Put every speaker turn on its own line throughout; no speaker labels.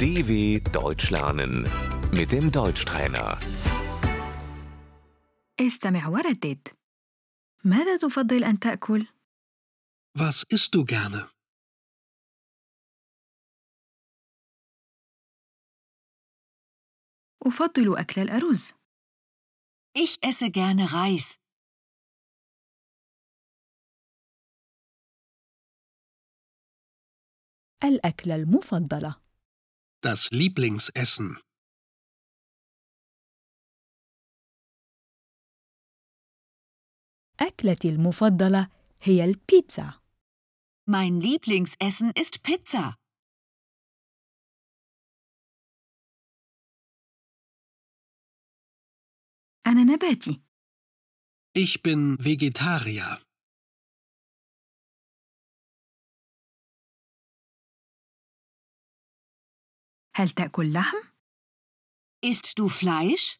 DW Deutsch lernen mit dem Deutschtrainer.
استمع وردد ماذا تفضل أن تأكل؟
Was isst du gerne?
أفضل أكل الأرز
Ich esse gerne Reis.
الأكلة المفضلة
Das Lieblingsessen.
أكلتي المفضلة هي البيتزا
Mein Lieblingsessen ist Pizza.
أنا نباتي
Ich bin Vegetarier.
هل تأكل لحم؟
Isst du Fleisch?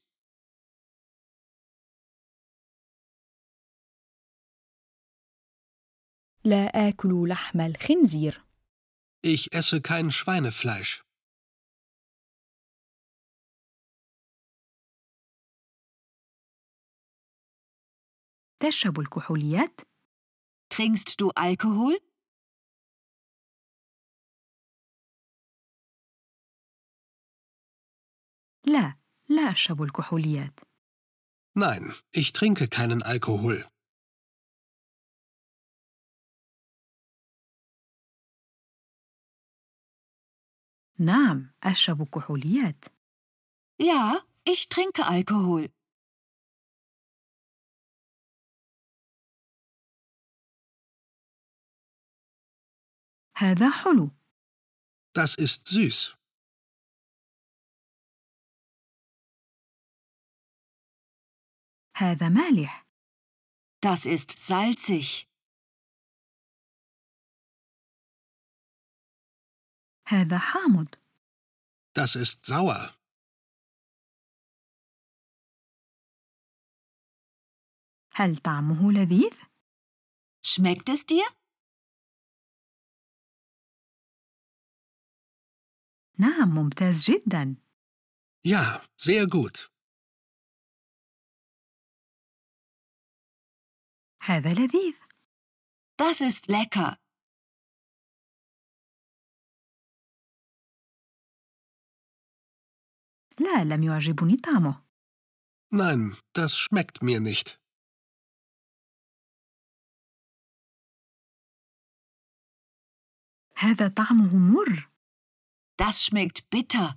لا آكل لحم الخنزير
Ich esse kein Schweinefleisch.
تشرب الكحوليات؟
Trinkst du Alkohol?
لا لا أشرب الكحوليات
Nein, ich trinke keinen Alkohol.
نعم أشرب كحوليات
Ja, ich trinke Alkohol.
هذا حلو
Das ist süß.
هذا مالح
Das ist salzig.
هذا حامض
Das ist sauer.
هل طعمه لذيذ؟
Schmeckt es dir?
نعم ممتاز جدا
Ja, sehr gut.
هذا لذيذ
Das ist lecker.
لا لم يعجبني طعمه
Nein, das schmeckt mir nicht.
هذا طعمه مر
Das schmeckt bitter.